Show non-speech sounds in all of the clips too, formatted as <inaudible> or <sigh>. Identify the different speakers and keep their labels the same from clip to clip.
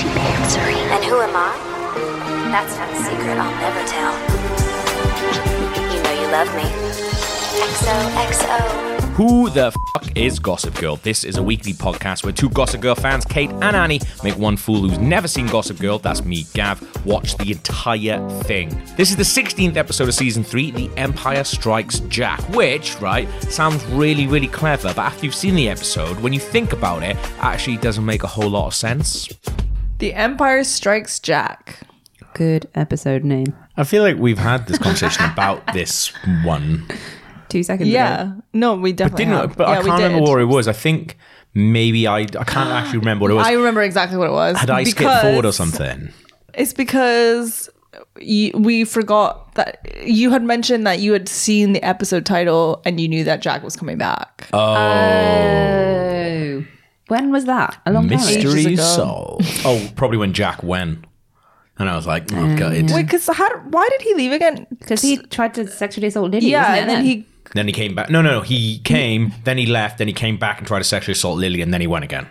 Speaker 1: misery.
Speaker 2: And who am I? That's not a secret I'll never tell. you know you love me. XOXO.
Speaker 1: Who the fuck is Gossip Girl? This is a weekly podcast where two Gossip Girl fans, Kate and Annie, make one fool who's never seen Gossip Girl, that's me, Gav, watch the entire thing. This is the 16th episode of season 3, The Empire Strikes Jack, which, right, sounds really, really clever, but after you've seen the episode, when you think about it, actually doesn't make a whole lot of sense.
Speaker 3: The Empire Strikes Jack.
Speaker 4: Good episode name.
Speaker 1: I feel like we've had this conversation <laughs> about this one.
Speaker 4: Two seconds ago.
Speaker 3: Yeah. No, we definitely.
Speaker 1: Didn't
Speaker 3: have.
Speaker 1: but
Speaker 3: Yeah,
Speaker 1: I
Speaker 3: we
Speaker 1: can't remember
Speaker 3: did.
Speaker 1: what it was. I think maybe I I can't actually remember what it was.
Speaker 3: I remember exactly what it was.
Speaker 1: Had I skipped
Speaker 3: because
Speaker 1: forward or something?
Speaker 3: It's because you, we forgot that you had mentioned that you had seen the episode title and you knew that Jack was coming back.
Speaker 1: Um,
Speaker 4: Oh. When was that? A long time ago.
Speaker 1: Mystery
Speaker 3: ago.
Speaker 1: solved. Oh, probably when Jack went, and I was like,
Speaker 3: Mm.
Speaker 1: oh god. it-
Speaker 3: Wait, because how? Why did he leave again?
Speaker 4: Because he tried to sexually assault Lily.
Speaker 3: Yeah,
Speaker 4: wasn't it,
Speaker 3: and then he.
Speaker 1: Then he came back. No, no, no. He came, then he left, then he came back and tried to sexually assault Lily, and then he went again.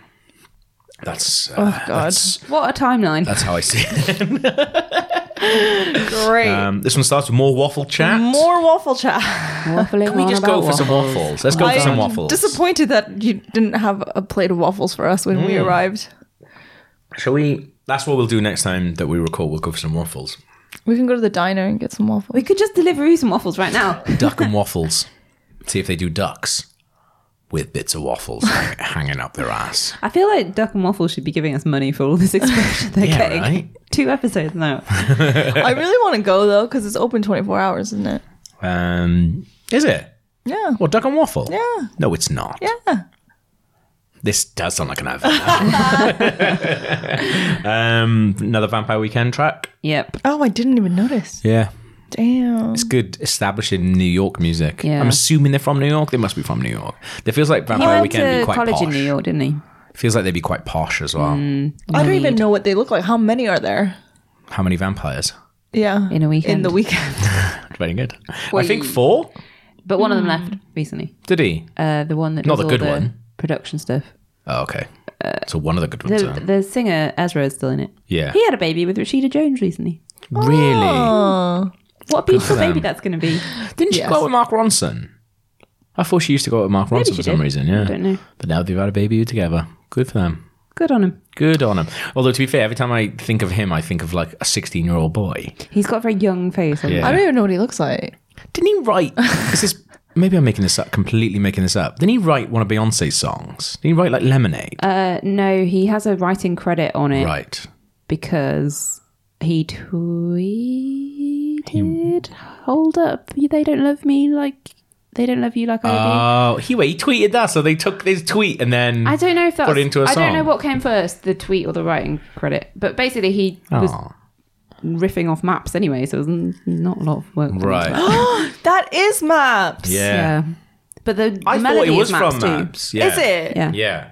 Speaker 1: That's uh,
Speaker 3: Oh God!
Speaker 1: that's,
Speaker 4: What a timeline.
Speaker 1: that's how I see it. <laughs>
Speaker 3: Great.
Speaker 1: Um, this one starts with more waffle chat.
Speaker 3: More waffle chat.
Speaker 4: Waffling
Speaker 1: Can we
Speaker 4: on
Speaker 1: just go
Speaker 4: about
Speaker 1: for some
Speaker 4: waffles.
Speaker 1: waffles? Let's go for some waffles.
Speaker 3: Disappointed that you didn't have a plate of waffles for us when we
Speaker 1: Hmm.
Speaker 3: arrived.
Speaker 1: Shall we? That's what we'll do next time that we record. We'll go for some waffles.
Speaker 3: We can go to the diner and get some
Speaker 1: <laughs>
Speaker 3: waffles.
Speaker 4: We could just deliver you some waffles right now.
Speaker 1: duck and waffles. See if they do ducks with bits of waffles <laughs> hang- hanging up their ass.
Speaker 4: I feel like Duck and Waffle should be giving us money for all this expression they're
Speaker 1: Yeah,
Speaker 4: getting.
Speaker 1: right?
Speaker 4: Two episodes now.
Speaker 3: I really want to go though because it's open 24 hours, isn't it?
Speaker 1: Um, is it?
Speaker 3: Yeah.
Speaker 1: Well, duck and waffle.
Speaker 3: Yeah.
Speaker 1: No, it's not.
Speaker 3: Yeah.
Speaker 1: This does sound like an advert.
Speaker 4: <laughs>
Speaker 1: um, another Vampire Weekend track.
Speaker 4: Yep.
Speaker 3: Oh, I didn't even notice.
Speaker 1: Yeah.
Speaker 3: Damn.
Speaker 1: It's good establishing New York music.
Speaker 4: Yeah.
Speaker 1: I'm assuming they're from New York. They must be from New York. It feels like
Speaker 4: He
Speaker 1: Vampire
Speaker 4: went
Speaker 1: Weekend would
Speaker 4: to
Speaker 1: be quite
Speaker 4: college
Speaker 1: posh.
Speaker 4: in New York, Mm. didn't he?
Speaker 1: Feels like they'd be quite posh as well.
Speaker 3: I don't even know what they look like. How many are there?
Speaker 1: How many vampires?
Speaker 3: Yeah.
Speaker 4: In a
Speaker 3: In
Speaker 4: weekend.
Speaker 3: the weekend. <laughs>
Speaker 1: Very good. I
Speaker 4: Wait.
Speaker 1: think four.
Speaker 4: But one of them
Speaker 3: Hmm.
Speaker 4: left recently.
Speaker 1: Did he?
Speaker 4: Uh, the one that
Speaker 1: Not
Speaker 4: does
Speaker 1: the
Speaker 4: all
Speaker 1: good one.
Speaker 4: production stuff.
Speaker 1: Oh, okay. so one of the good ones.
Speaker 4: Uh, The,
Speaker 1: huh?
Speaker 4: the singer Ezra is still in it.
Speaker 1: uh, Yeah.
Speaker 4: He had a baby with Rashida Jones recently.
Speaker 1: Really?
Speaker 4: Oh. What a beautiful
Speaker 1: for them.
Speaker 4: baby that's going to be.
Speaker 1: Didn't she go out with Mark Ronson? I thought she used to go out with Mark Ronson
Speaker 4: she
Speaker 1: for some
Speaker 4: did.
Speaker 1: reason. Yeah,
Speaker 4: I don't know.
Speaker 1: But now they've had a baby together. Good for them.
Speaker 4: Good on him.
Speaker 1: Good on him. Although to be fair, every time I think of him, I think of like a sixteen-year-old boy.
Speaker 4: He's got a very young face. hasn't he?
Speaker 1: Yeah.
Speaker 3: I don't even know what he looks like.
Speaker 1: Didn't he write? This is maybe I'm making this up. Completely making this up. Didn't he write one of Beyonce's songs? Didn't he write like Lemonade?
Speaker 4: Uh, no, he has a writing credit on it
Speaker 1: right.
Speaker 4: because he tweeted, "Hold up, they don't love me like they don't love you like I do."
Speaker 1: Oh, he wait. He tweeted that, so they took his tweet and then
Speaker 4: I don't know if that's.
Speaker 1: put it into a
Speaker 4: I
Speaker 1: song.
Speaker 4: don't know what came first, the tweet or the writing credit. But basically, he was
Speaker 1: Oh,
Speaker 4: riffing off maps anyway, so it was n- not a lot of work. <gasps>
Speaker 1: right.
Speaker 3: That is maps.
Speaker 1: Yeah.
Speaker 4: Yeah. But the, the
Speaker 1: I thought
Speaker 4: melody
Speaker 1: it
Speaker 4: is
Speaker 1: was
Speaker 4: maps
Speaker 1: from
Speaker 4: too.
Speaker 1: Maps. Yeah.
Speaker 3: Is it?
Speaker 4: Yeah.
Speaker 1: Yeah.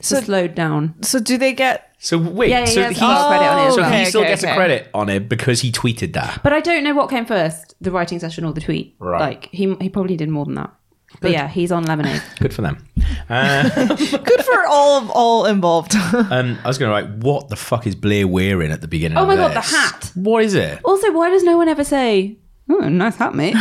Speaker 4: So slowed down.
Speaker 3: So do they get.
Speaker 1: So wait,
Speaker 4: Yeah, he
Speaker 1: so
Speaker 4: has
Speaker 1: he,
Speaker 4: all credit on it as
Speaker 1: so
Speaker 4: well.
Speaker 1: he
Speaker 3: Okay,
Speaker 1: still
Speaker 3: okay,
Speaker 1: gets a
Speaker 3: okay.
Speaker 1: credit on it because he tweeted that.
Speaker 4: But I don't know what came first, the writing session or the tweet.
Speaker 1: Right.
Speaker 4: Like he he probably did more than that. But yeah, he's on lemonade.
Speaker 1: Good for them.
Speaker 3: Good for all of all involved. <laughs>
Speaker 1: Um, I was going to write, what the fuck is Blair wearing at the beginning?
Speaker 4: Oh
Speaker 1: of
Speaker 4: my God, the
Speaker 1: this?
Speaker 4: hat.
Speaker 1: What is it?
Speaker 4: also, why does no one ever say, "Oh, nice
Speaker 1: <laughs>
Speaker 4: hat, mate"?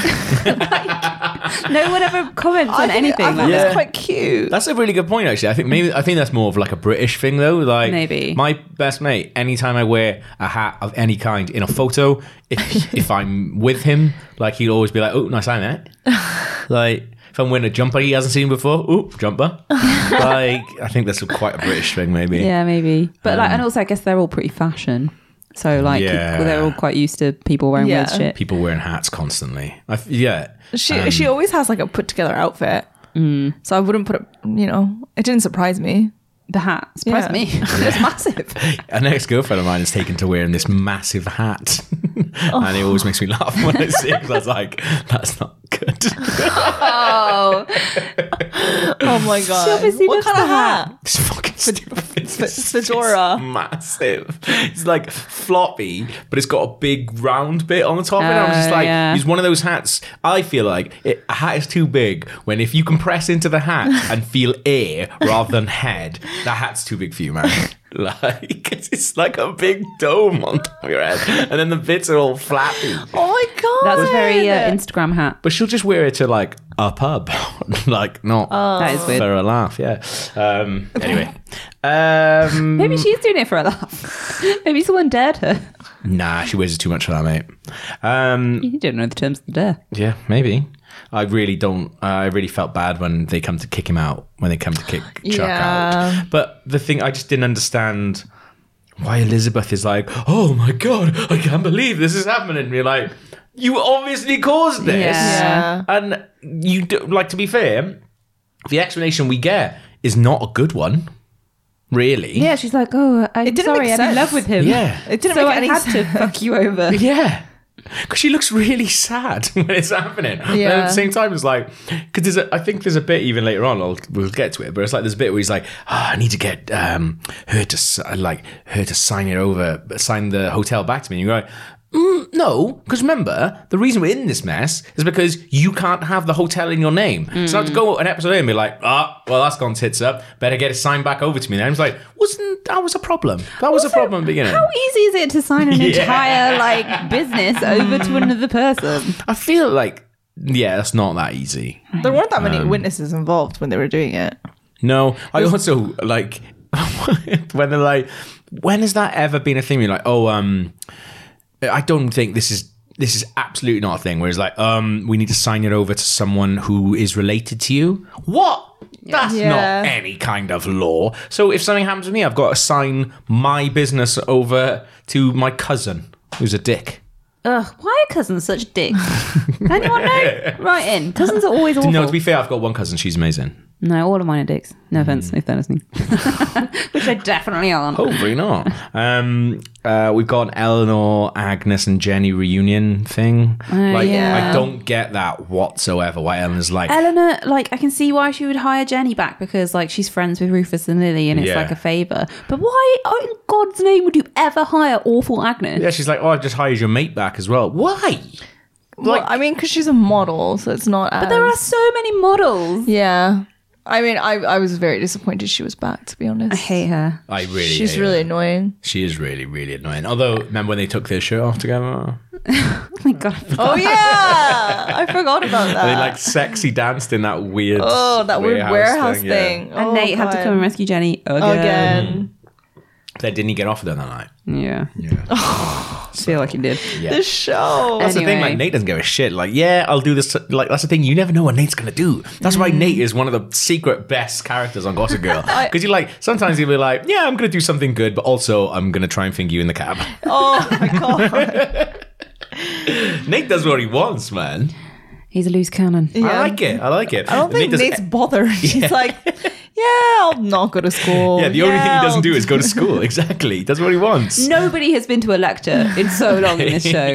Speaker 4: <laughs> Like, no one ever comments on <laughs> anything.
Speaker 3: I thought
Speaker 4: like
Speaker 3: that's
Speaker 4: that.
Speaker 3: quite cute.
Speaker 1: That's a really good point, actually. I think maybe I think that's more of like a British thing, though. Like
Speaker 4: Maybe.
Speaker 1: my best mate, anytime I wear a hat of any kind in a photo,
Speaker 4: <laughs>
Speaker 1: if if I'm with him, like he'd always be like, "Oh, nice hat, mate." like if I'm wearing a jumper he hasn't seen before, "Oh,
Speaker 4: <laughs>
Speaker 1: jumper." like I think that's quite a British thing, maybe.
Speaker 4: Yeah, maybe. But like, and also, I guess they're all pretty fashion. So like,
Speaker 1: Um, Yeah.
Speaker 4: they're all quite used to people wearing weird
Speaker 3: Yeah.
Speaker 4: shit.
Speaker 1: People wearing hats constantly. I f yeah,
Speaker 3: she
Speaker 4: Um,
Speaker 3: she always has like a put together outfit.
Speaker 4: Mm.
Speaker 3: So I wouldn't put it, you know, it didn't surprise me.
Speaker 4: The hat surprised
Speaker 3: Yeah.
Speaker 4: me. <laughs> it's
Speaker 1: <laughs>
Speaker 4: massive.
Speaker 1: An ex girlfriend of mine is taken to wearing this massive hat,
Speaker 4: <laughs>
Speaker 1: and it always makes me laugh when I see it 'cause I was like, "That's not good." <laughs>
Speaker 4: Oh,
Speaker 3: Oh my god.
Speaker 4: obviously
Speaker 3: what
Speaker 4: loves
Speaker 3: kind of
Speaker 4: the hat.
Speaker 3: hat?
Speaker 1: It's fucking stupid. It's just-
Speaker 3: fedora.
Speaker 1: it's massive. It's like floppy, but it's got a big round bit on the top. and I was just
Speaker 4: Oh,
Speaker 1: like,
Speaker 4: yeah.
Speaker 1: it's one of those hats. I feel like it, a hat is too big. When if you
Speaker 4: <laughs>
Speaker 1: compress into the hat and feel air rather than head, that hat's too big for you, man. <laughs> Like it's like a big dome on top of your head, and then the bits are all flappy.
Speaker 3: Oh my god,
Speaker 4: That's a very uh, Instagram hat.
Speaker 1: But she'll just wear it to like a pub, <laughs> like not
Speaker 4: That is weird.
Speaker 1: for a laugh. Yeah. Um, anyway, um,
Speaker 4: Maybe she's doing it for a laugh. <laughs> Maybe someone dared her.
Speaker 1: nah, she wears it too much for that, mate. Um,
Speaker 4: You don't know the terms of the dare.
Speaker 1: Yeah, maybe. I really don't. I really felt bad when they come to kick him out. When they come to kick Chuck
Speaker 3: Yeah.
Speaker 1: out. But the thing I just didn't understand why Elizabeth is like, "Oh my god, I can't believe this is happening." You're like, you obviously caused this,
Speaker 4: Yeah.
Speaker 3: Yeah.
Speaker 1: and you do, like to be fair, the explanation we get is not a good one, really.
Speaker 4: Yeah, she's like, oh, I'm
Speaker 3: didn't
Speaker 4: sorry,
Speaker 3: make
Speaker 4: I'm in
Speaker 3: sense.
Speaker 4: love with him.
Speaker 1: Yeah.
Speaker 3: It didn't
Speaker 4: so
Speaker 3: make
Speaker 4: I
Speaker 3: any
Speaker 4: had
Speaker 3: sense.
Speaker 4: to fuck you
Speaker 1: <laughs>
Speaker 4: over.
Speaker 1: Yeah. Because she looks really sad <laughs> when it's happening. And at
Speaker 3: Yeah.
Speaker 1: the same time, it's like, because there's a, I think there's a bit even later on, I'll, we'll get to it, but it's like there's a bit where he's like, "Ah, I need to get um, her to, s- like, her to sign it over, sign the hotel back to me. And you're like, mm, no, because remember, the reason we're in this mess is because you can't have the hotel in your name. So I have to go an episode in and be like, ah, well, that's gone tits up. Better get it signed back over to me. And I was like, wasn't, that was a problem. That was a problem at the beginning.
Speaker 4: How easy is it to sign
Speaker 1: <laughs>
Speaker 4: an
Speaker 1: Yeah.
Speaker 4: entire like business over to another person?
Speaker 1: I feel like yeah, that's not that easy.
Speaker 3: There weren't that
Speaker 4: Um,
Speaker 3: many witnesses involved when they were doing it.
Speaker 1: No, I also like <laughs> when they're like, when has that ever been a thing? You're like, oh, um, I don't think this is this is absolutely not a thing. Whereas like, um, we need to sign it over to someone who is related to you. What? That's
Speaker 3: Yeah.
Speaker 1: not any kind of law. So if something happens to me, I've got to sign my business over to my cousin who's a dick.
Speaker 4: Ugh, why are cousins such dicks?
Speaker 1: <laughs>
Speaker 4: Anyone know? Right in. Cousins are always awful.
Speaker 1: No, to be fair, I've got one cousin. She's amazing.
Speaker 4: No, all of mine are dicks.
Speaker 1: Mm.
Speaker 4: No offense, if they're listening. <laughs> Which they definitely aren't.
Speaker 1: Hopefully not. <laughs> Um, uh, we've got an Eleanor, Agnes, and Jenny reunion thing. like,
Speaker 3: Oh, yeah.
Speaker 1: I don't get that whatsoever. Why Eleanor's like,
Speaker 4: Eleanor, like, I can see why she would hire Jenny back because, like, she's friends with Rufus and Lily and it's
Speaker 1: Yeah.
Speaker 4: like a favour. But why, oh, in God's name, would you ever hire awful Agnes?
Speaker 1: yeah, she's like, oh, I just hired your mate back as well. Why?
Speaker 3: Well, I mean, because she's a model, so it's not.
Speaker 4: But there are so many models.
Speaker 3: Yeah. I mean, I, I was very disappointed she was back, to be honest.
Speaker 4: I hate her.
Speaker 1: I really,
Speaker 3: She's
Speaker 1: hate
Speaker 3: really
Speaker 1: her.
Speaker 3: annoying.
Speaker 1: she is really, really annoying. Although, remember when they took their shirt off together?
Speaker 4: <laughs> <laughs> Oh my God. I forgot.
Speaker 3: Oh, yeah. <laughs> I forgot about that.
Speaker 1: they like sexy danced in that weird,
Speaker 3: Uh. oh, that weird warehouse thing.
Speaker 1: Yeah.
Speaker 3: Oh,
Speaker 4: And Nate had to
Speaker 3: God.
Speaker 4: come and rescue Jenny again.
Speaker 3: again.
Speaker 1: They didn't get off then that night.
Speaker 4: Yeah.
Speaker 3: <laughs>
Speaker 4: feel like he did.
Speaker 1: Yeah.
Speaker 3: This
Speaker 4: <laughs>
Speaker 3: show.
Speaker 1: That's the thing. Like Nate doesn't give a shit. Like, yeah, I'll do this. Like, that's the thing. You never know what Nate's gonna do. That's
Speaker 3: Mm.
Speaker 1: why Nate is one of the secret best characters on Gossip
Speaker 3: <laughs>
Speaker 1: Girl. Because you like sometimes you'll be like, yeah, I'm gonna do something good, but also I'm gonna try and finger you in the cab. <laughs>
Speaker 3: Oh,
Speaker 4: <laughs>
Speaker 3: my God.
Speaker 1: Nate does what he wants, man.
Speaker 4: He's a loose cannon.
Speaker 1: I
Speaker 3: Yeah.
Speaker 1: like it. I like it.
Speaker 3: I don't think
Speaker 1: does- <laughs> e,
Speaker 3: Nate's bothered. She's like, yeah, I'll not go to school.
Speaker 1: yeah, the only thing he
Speaker 3: I'll-
Speaker 1: doesn't do is go to school. <laughs> Exactly. He does what he wants.
Speaker 4: <laughs> Nobody has been to a lecture in so long in
Speaker 1: <laughs>
Speaker 4: this show.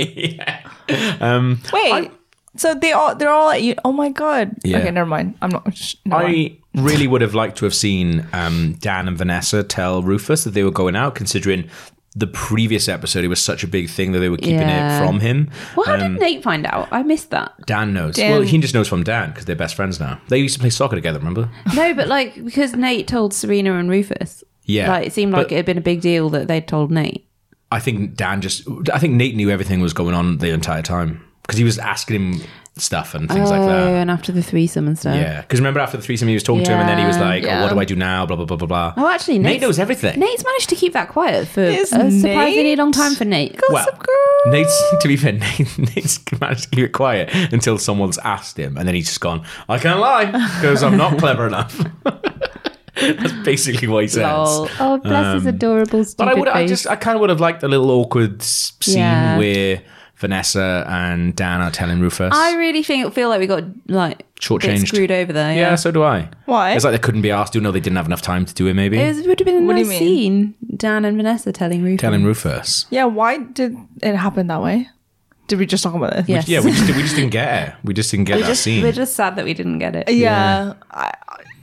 Speaker 3: Wait. so they all they're all at you. Oh my god.
Speaker 1: Yeah.
Speaker 3: Okay, never mind. I'm not. Sh- never mind.
Speaker 1: I really would have liked to have seen um, Dan and Vanessa tell Rufus that they were going out, considering the previous episode. It was such a big thing that they were keeping
Speaker 4: Yeah.
Speaker 1: it from him.
Speaker 4: Well, how
Speaker 1: Um,
Speaker 4: did Nate find out? I missed that.
Speaker 1: Dan knows.
Speaker 3: Dan-
Speaker 1: Well, he just knows from Dan because they're best friends now. They used to play soccer together. Remember?
Speaker 4: No, but like because Nate told Serena and Rufus.
Speaker 1: Yeah,
Speaker 4: Like it seemed like
Speaker 1: but-
Speaker 4: it had been a big deal that they'd told Nate.
Speaker 1: I think Dan just. I think Nate knew everything was going on the entire time because he was asking him stuff and things like
Speaker 4: Oh,
Speaker 1: that.
Speaker 4: and after the threesome and stuff.
Speaker 1: Yeah, because remember after the threesome, he was talking to him, and then he was
Speaker 4: Yeah.
Speaker 1: like, oh,
Speaker 3: Yeah.
Speaker 1: "What do I do now?" Blah blah blah blah blah.
Speaker 4: Oh, actually,
Speaker 1: Nate
Speaker 4: Nate's-
Speaker 1: knows everything.
Speaker 4: Nate's managed to keep that quiet for
Speaker 3: Is
Speaker 4: a surprisingly
Speaker 3: Nate-
Speaker 4: long time for Nate.
Speaker 1: well, Nate's <laughs> to be fair, Nate, Nate's managed to keep it quiet until someone's asked him, and then he's just gone. I can't lie because I'm
Speaker 4: <laughs>
Speaker 1: not clever enough. <laughs> That's basically what he says.
Speaker 4: Lol. Oh, bless his adorable stupid
Speaker 1: Um, But I would, I
Speaker 4: face.
Speaker 1: just, I kind of would have liked the little awkward s- scene
Speaker 4: Yeah.
Speaker 1: where Vanessa and Dan are telling Rufus.
Speaker 4: I really think feel like we got like a bit
Speaker 1: Shortchanged.
Speaker 4: screwed over there.
Speaker 1: yeah,
Speaker 4: Yeah.
Speaker 1: so do I.
Speaker 3: Why?
Speaker 1: It's like they couldn't be asked to. No, they didn't have enough time to do it. Maybe
Speaker 4: It was, would have been a
Speaker 3: What do you
Speaker 4: nice
Speaker 3: mean?
Speaker 4: scene. Dan and Vanessa telling Rufus.
Speaker 1: telling Rufus.
Speaker 3: yeah. Why did it happen that way? Did we just talk about this?
Speaker 4: Yes.
Speaker 1: Yeah, we just, we just didn't get it. We just didn't get
Speaker 4: We're
Speaker 1: that
Speaker 4: just,
Speaker 1: scene.
Speaker 4: we're just sad that we didn't get it.
Speaker 3: Yeah. I,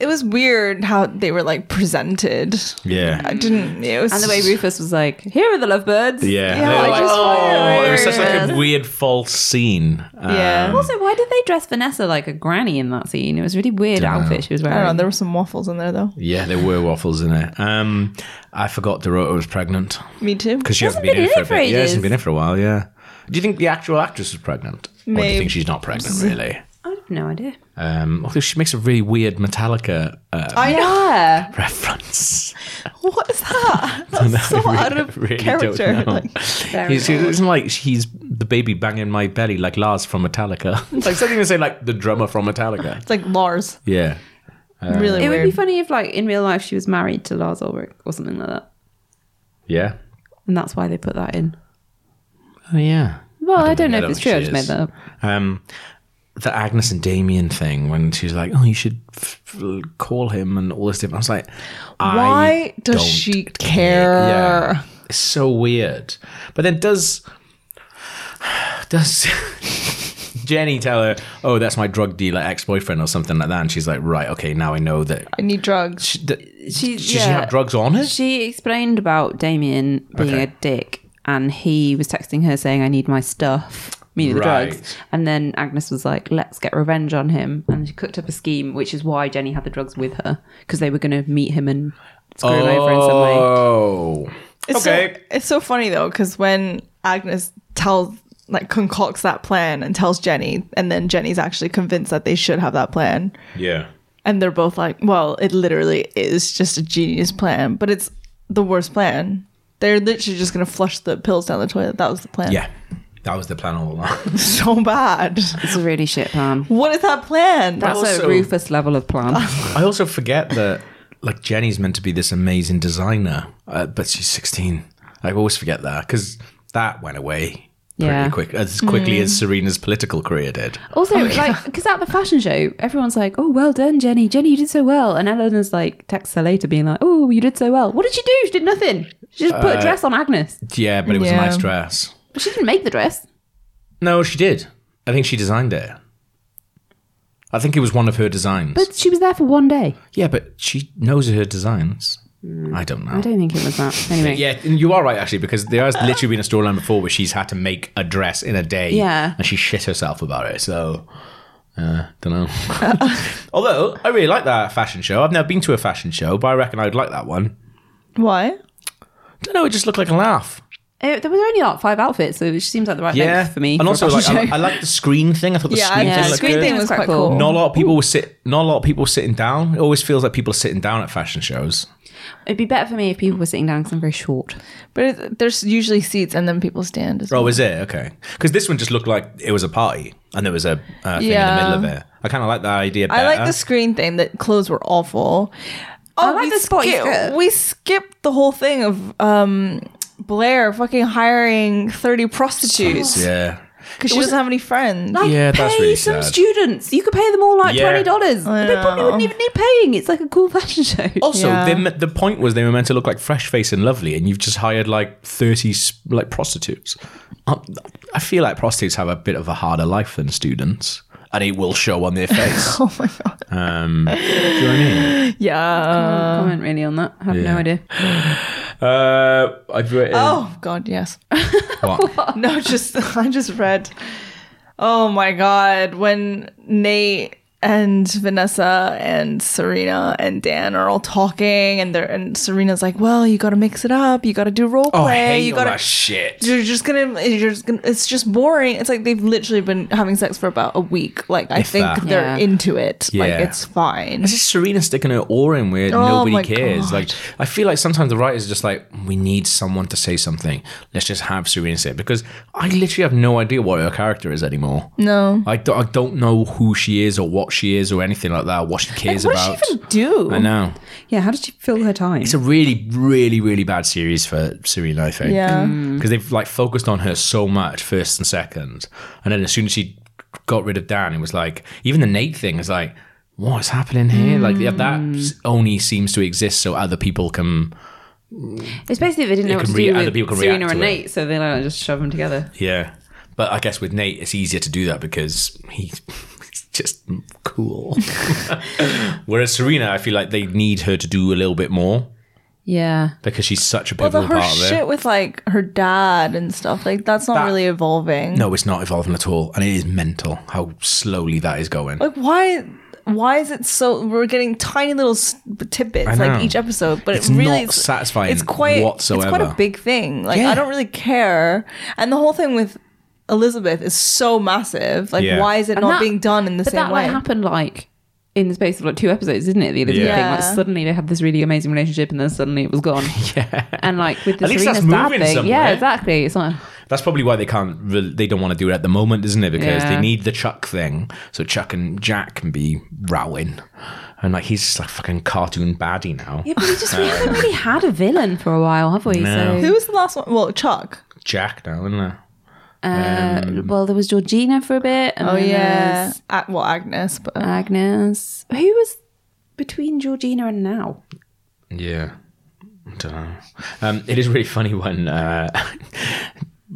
Speaker 3: it was weird how they were like presented.
Speaker 1: yeah.
Speaker 3: I didn't. It was
Speaker 4: And the way Rufus was like, "Here are the lovebirds."
Speaker 1: Yeah.
Speaker 3: Yeah,
Speaker 1: They were
Speaker 3: I
Speaker 1: like,
Speaker 3: just
Speaker 1: oh, it was such like a
Speaker 4: wondered.
Speaker 1: weird false scene. Um,
Speaker 3: Yeah.
Speaker 4: Also, why did they dress Vanessa like a granny in that scene? It was a really weird outfit she was
Speaker 3: I don't know.
Speaker 4: wearing.
Speaker 3: There were some waffles in there though.
Speaker 1: yeah, there were waffles in it. Um, I forgot Dorota was pregnant
Speaker 3: Me too.
Speaker 1: because she hasn't
Speaker 4: Hasn't
Speaker 1: been, in for a bit. Yeah,
Speaker 4: ages.
Speaker 1: hasn't been in for a while. Yeah. Do you think the actual actress is pregnant, or do you
Speaker 3: Maybe.
Speaker 1: think she's not pregnant really?
Speaker 4: I have no idea.
Speaker 1: Um, although she makes a really weird Metallica uh, <laughs>
Speaker 3: I know.
Speaker 4: Yeah.
Speaker 1: reference.
Speaker 3: <laughs> What is that? That's so
Speaker 1: I
Speaker 3: out
Speaker 1: really-
Speaker 3: of
Speaker 1: really don't <laughs>
Speaker 3: character.
Speaker 1: know.
Speaker 3: Like,
Speaker 1: He's, it isn't like he's the baby banging my belly like Lars from Metallica. <laughs> It's like something to say like the drummer from Metallica.
Speaker 3: it's like Lars.
Speaker 1: Yeah. Uh,
Speaker 3: really
Speaker 4: It would
Speaker 3: weird.
Speaker 4: be funny if, like, in real life, she was married to Lars Ulrich or something like that,
Speaker 1: Yeah.
Speaker 4: and that's why they put that in.
Speaker 1: Oh yeah.
Speaker 4: Well, I
Speaker 1: think-
Speaker 4: don't, know
Speaker 1: I
Speaker 4: if
Speaker 1: don't
Speaker 4: it's
Speaker 1: know
Speaker 4: true.
Speaker 1: if
Speaker 4: I
Speaker 1: she
Speaker 4: just made
Speaker 1: is.
Speaker 4: that up.
Speaker 1: Um, the Agnes and Damien thing when she's like, "Oh, you should f- f- call him" and all this different. I was like, I
Speaker 3: Why does
Speaker 1: don't
Speaker 3: she care?
Speaker 1: Yeah. It's so weird. But then does does <laughs> Jenny tell her, "Oh, that's my drug dealer ex-boyfriend" or something like that, and she's like, "Right, okay, now I know that."
Speaker 3: I need drugs.
Speaker 1: She, that does
Speaker 4: She,
Speaker 1: she have drugs on her?
Speaker 4: She explained about Damien being
Speaker 1: Okay.
Speaker 4: a dick, and he was texting her saying, "I need my stuff." Meaning the
Speaker 1: Right.
Speaker 4: drugs, and then Agnes was like, "Let's get revenge on him," and she cooked up a scheme, which is why Jenny had the drugs with her because they were going to meet him and screw him over in some way.
Speaker 1: Oh,
Speaker 3: It's
Speaker 1: okay.
Speaker 3: So, it's so funny though, because when Agnes tells, like, concocts that plan and tells Jenny, and then Jenny's actually convinced that they should have that plan,
Speaker 1: yeah.
Speaker 3: and they're both like, "Well, it literally is just a genius plan, but it's the worst plan." They're literally just gonna flush the pills down the toilet. That was the plan.
Speaker 1: Yeah. That was the plan all along.
Speaker 3: <laughs>
Speaker 1: <laughs>
Speaker 3: so bad.
Speaker 4: It's a really shit plan.
Speaker 3: What is that plan?
Speaker 4: That's
Speaker 1: Also-
Speaker 4: a Rufus level of plan.
Speaker 1: I also forget that like Jenny's meant to be this amazing designer, uh, but she's 16. I always forget that because that went away pretty
Speaker 4: Yeah. Mm.
Speaker 1: quick as quickly as Serena's political career did.
Speaker 4: Also, like, because at the fashion show, everyone's like, "Oh, well done, Jenny. Jenny, you did so well." And Eleanor's like, texts her later, being like, "Oh, you did so well. What did she do? She did nothing. She just put
Speaker 1: Uh,
Speaker 4: a dress on Agnes.
Speaker 1: Yeah, but it was
Speaker 3: Yeah.
Speaker 1: a nice dress.
Speaker 4: But she didn't make the dress.
Speaker 1: No, she did. I think she designed it. I think it was one of her designs.
Speaker 4: But she was there for one day.
Speaker 1: yeah, but she knows her designs. I don't know.
Speaker 4: I don't think it was
Speaker 1: <laughs>
Speaker 4: that. Anyway,
Speaker 1: Yeah, and you are right actually because there has literally been a storyline before where she's had to make a dress in a day.
Speaker 4: Yeah.
Speaker 1: and she shit herself about it. So, uh, don't know. <laughs> Although I really like that fashion show. I've never been to a fashion show, but I reckon I'd like that one.
Speaker 3: Why?
Speaker 1: Don't know. It just looked like a laugh.
Speaker 4: Uh, there was only like five outfits, so it seems like the right
Speaker 1: Yeah,
Speaker 4: length for me.
Speaker 1: And
Speaker 4: for a
Speaker 1: also, like,
Speaker 4: fashion
Speaker 1: I,
Speaker 4: show.
Speaker 1: I like the screen thing. I thought the
Speaker 3: Yeah,
Speaker 1: screen
Speaker 3: I-
Speaker 1: thing
Speaker 4: yeah,
Speaker 3: the
Speaker 1: looked
Speaker 3: screen
Speaker 1: good.
Speaker 3: thing was quite cool.
Speaker 1: Not a lot of people were sit. Not a lot of people were sitting down. It always feels like people are sitting down at fashion shows.
Speaker 4: It'd be better for me if people were sitting down because I'm very short.
Speaker 3: But it, there's usually seats, and then people stand. As well.
Speaker 1: Oh, is it okay? Because this one just looked like it was a party, and there was a uh, thing
Speaker 3: Yeah.
Speaker 1: in the middle of it. I kind of like that idea.
Speaker 3: I like
Speaker 1: better.
Speaker 3: the screen thing. That clothes were awful. Oh,
Speaker 4: like
Speaker 3: we
Speaker 4: the spotty
Speaker 3: skip-
Speaker 4: skirt.
Speaker 3: We skipped the whole thing of um, Blair fucking hiring thirty prostitutes
Speaker 1: Yeah.
Speaker 3: because she doesn't have any friends.
Speaker 4: Like,
Speaker 1: Yeah, that's
Speaker 4: pay
Speaker 1: really
Speaker 4: some
Speaker 1: sad.
Speaker 4: students. You could pay them all like
Speaker 1: Yeah.
Speaker 4: twenty dollars.
Speaker 3: I
Speaker 4: They probably
Speaker 3: know.
Speaker 4: wouldn't even need paying. It's like a cool fashion <laughs> show.
Speaker 1: Also,
Speaker 3: Yeah.
Speaker 1: they me- the point was they were meant to look like fresh face and lovely, and you've just hired like thirty s- like prostitutes. Um, I feel like prostitutes have a bit of a harder life than students, and it will show on their
Speaker 3: <laughs>
Speaker 1: face.
Speaker 3: Oh my god.
Speaker 1: um, do you know what I mean?
Speaker 3: Yeah.
Speaker 4: Can't Oh, comment really on that. I have
Speaker 1: yeah.
Speaker 4: no idea.
Speaker 1: Uh, I've written.
Speaker 3: Oh god, yes. <laughs>
Speaker 1: What?
Speaker 3: no, just <laughs> I just read. Oh my god, when Nate and Vanessa and Serena and Dan are all talking, and they're and Serena's like, "Well, you got to mix it up. You got to do role
Speaker 1: Oh, I
Speaker 3: play.
Speaker 1: hate
Speaker 3: you
Speaker 1: all
Speaker 3: got
Speaker 1: that shit.
Speaker 3: You're just gonna. You're just gonna. It's just boring. It's like they've literally been having sex for about a week. Like I
Speaker 1: If
Speaker 3: think
Speaker 1: that.
Speaker 3: they're
Speaker 4: Yeah.
Speaker 3: into it. Like
Speaker 1: Yeah.
Speaker 3: it's fine.
Speaker 1: It's just Serena sticking her oar in where
Speaker 3: Oh my
Speaker 1: nobody cares.
Speaker 3: God.
Speaker 1: Like I feel like sometimes the writers are just like, we need someone to say something. Let's just have Serena say it because I literally have no idea what her character is anymore.
Speaker 3: No.
Speaker 1: I don't, I don't know who she is or what she is or anything like that. What she cares
Speaker 3: What
Speaker 1: about.
Speaker 3: does she even do?
Speaker 1: I know.
Speaker 4: Yeah, how did she fill her time?
Speaker 1: It's a really, really, really bad series for Serena. I think.
Speaker 3: Yeah.
Speaker 1: Because they've like focused on her so much, first and second, and then as soon as she got rid of Dan, it was like even the Nate thing is like, what is happening here? Like yeah, that
Speaker 3: Mm.
Speaker 1: s- only seems to exist so other people can.
Speaker 4: It's basically they didn't know
Speaker 1: It
Speaker 4: what
Speaker 1: can
Speaker 4: to
Speaker 1: rea-
Speaker 4: do
Speaker 1: other
Speaker 4: with
Speaker 1: people can
Speaker 4: Serena
Speaker 1: react
Speaker 4: and
Speaker 1: to it.
Speaker 4: Nate, so they like just shove them together.
Speaker 1: Yeah. But I guess with Nate, it's easier to do that because <laughs> he's just cool. <laughs> Whereas Serena, I feel like they need her to do a little bit more
Speaker 4: Yeah.
Speaker 1: because she's such a
Speaker 3: Well,
Speaker 1: pivotal
Speaker 3: the, her
Speaker 1: part of it.
Speaker 3: shit with like her dad and stuff like that's not
Speaker 1: That-
Speaker 3: really evolving.
Speaker 1: No, it's not evolving at all, and it is mental how slowly that is going.
Speaker 3: Like why? Why is it so? We're getting tiny little s- tidbits
Speaker 1: know.
Speaker 3: like each episode, but
Speaker 1: It's
Speaker 3: it really
Speaker 1: not
Speaker 3: is-
Speaker 1: satisfying
Speaker 3: It's quite It's
Speaker 1: whatsoever.
Speaker 3: quite a big thing. Like
Speaker 1: Yeah.
Speaker 3: I don't really care, and the whole thing with Elizabeth is so massive. Like
Speaker 1: Yeah.
Speaker 3: why is it
Speaker 4: And
Speaker 3: not
Speaker 4: that-
Speaker 3: being done in the
Speaker 4: but
Speaker 3: same
Speaker 4: that
Speaker 3: way?
Speaker 4: like happened like in the space of like two episodes, didn't it? The Elizabeth
Speaker 1: Yeah.
Speaker 4: thing, like
Speaker 3: Yeah.
Speaker 4: suddenly they had this really amazing relationship, and then suddenly it
Speaker 1: <laughs>
Speaker 4: was gone. yeah, and like with the
Speaker 1: At least
Speaker 4: Serena
Speaker 1: that's
Speaker 4: Star
Speaker 1: moving
Speaker 4: thing, yeah,
Speaker 1: somewhere.
Speaker 4: exactly.
Speaker 3: <laughs>
Speaker 4: It's like
Speaker 1: That's probably why they can't. Re- they don't want to do it at the moment, isn't it? Because
Speaker 4: Yeah.
Speaker 1: they need the Chuck thing, so Chuck and Jack can be rowing, and like he's just like fucking cartoon baddie now.
Speaker 4: yeah, but we just we haven't really had a villain for a while, have we?
Speaker 1: No.
Speaker 3: Who was the last one? Well, Chuck.
Speaker 1: Jack now, isn't there?
Speaker 4: So uh,
Speaker 1: Um,
Speaker 4: well, there was Georgina for a bit. And
Speaker 3: Oh
Speaker 4: then
Speaker 3: yeah.
Speaker 4: there's
Speaker 3: Ag- well, Agnes, but
Speaker 4: Agnes. Who was between Georgina and now?
Speaker 1: Yeah. I don't know. Um, it is really funny when uh, <laughs>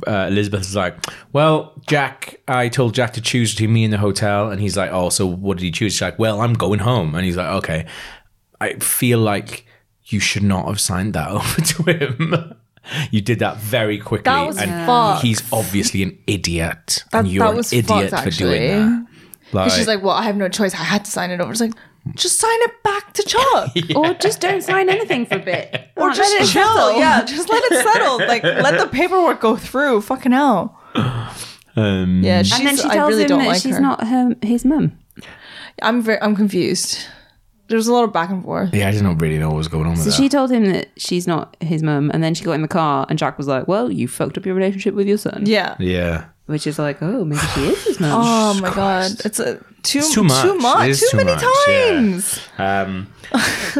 Speaker 1: uh, Elizabeth's like, Well, Jack, I told Jack to choose between me and the hotel. And he's like, Oh, so what did he choose? She's like, Well, I'm going home. And he's like, Okay. I feel like you should not have signed that <laughs> over to him. you did that very quickly.
Speaker 3: That was
Speaker 1: and
Speaker 3: fucked.
Speaker 1: he's obviously an idiot.
Speaker 3: That-
Speaker 1: and you're
Speaker 3: that was
Speaker 1: an idiot
Speaker 3: fucked,
Speaker 1: for doing
Speaker 3: actually.
Speaker 1: that.
Speaker 3: And she's like, well, I have no choice. I had to sign it over. It's like, just sign it
Speaker 1: <laughs>
Speaker 3: back to Chuck.
Speaker 4: Or just don't sign anything for a bit,
Speaker 3: Or
Speaker 4: Like,
Speaker 3: just
Speaker 4: let it
Speaker 3: chill.
Speaker 4: settle. <laughs>
Speaker 3: Yeah, just let it settle. Like, let the paperwork go through. Fucking hell.
Speaker 1: um,
Speaker 3: Yeah, she's,
Speaker 4: And then she tells
Speaker 3: I really
Speaker 4: him
Speaker 3: don't
Speaker 4: that
Speaker 3: like
Speaker 4: she's
Speaker 3: her.
Speaker 4: not her, his mum.
Speaker 3: I'm very, I'm confused. There's a lot of back and forth.
Speaker 1: yeah, I didn't really know what was going on with
Speaker 4: So
Speaker 1: that.
Speaker 4: she told him that she's not his mum, and then she got in the car, and Jack was like, "Well, you fucked up your relationship with your son,"
Speaker 3: Yeah.
Speaker 1: yeah.
Speaker 4: which is like, "Oh, maybe she is
Speaker 3: <laughs>
Speaker 4: his mum."
Speaker 3: Oh my god, it's a too
Speaker 1: It's too much.
Speaker 3: too, much,
Speaker 1: It is
Speaker 3: too,
Speaker 1: too
Speaker 3: many
Speaker 1: much, yeah.
Speaker 3: times.
Speaker 1: Um,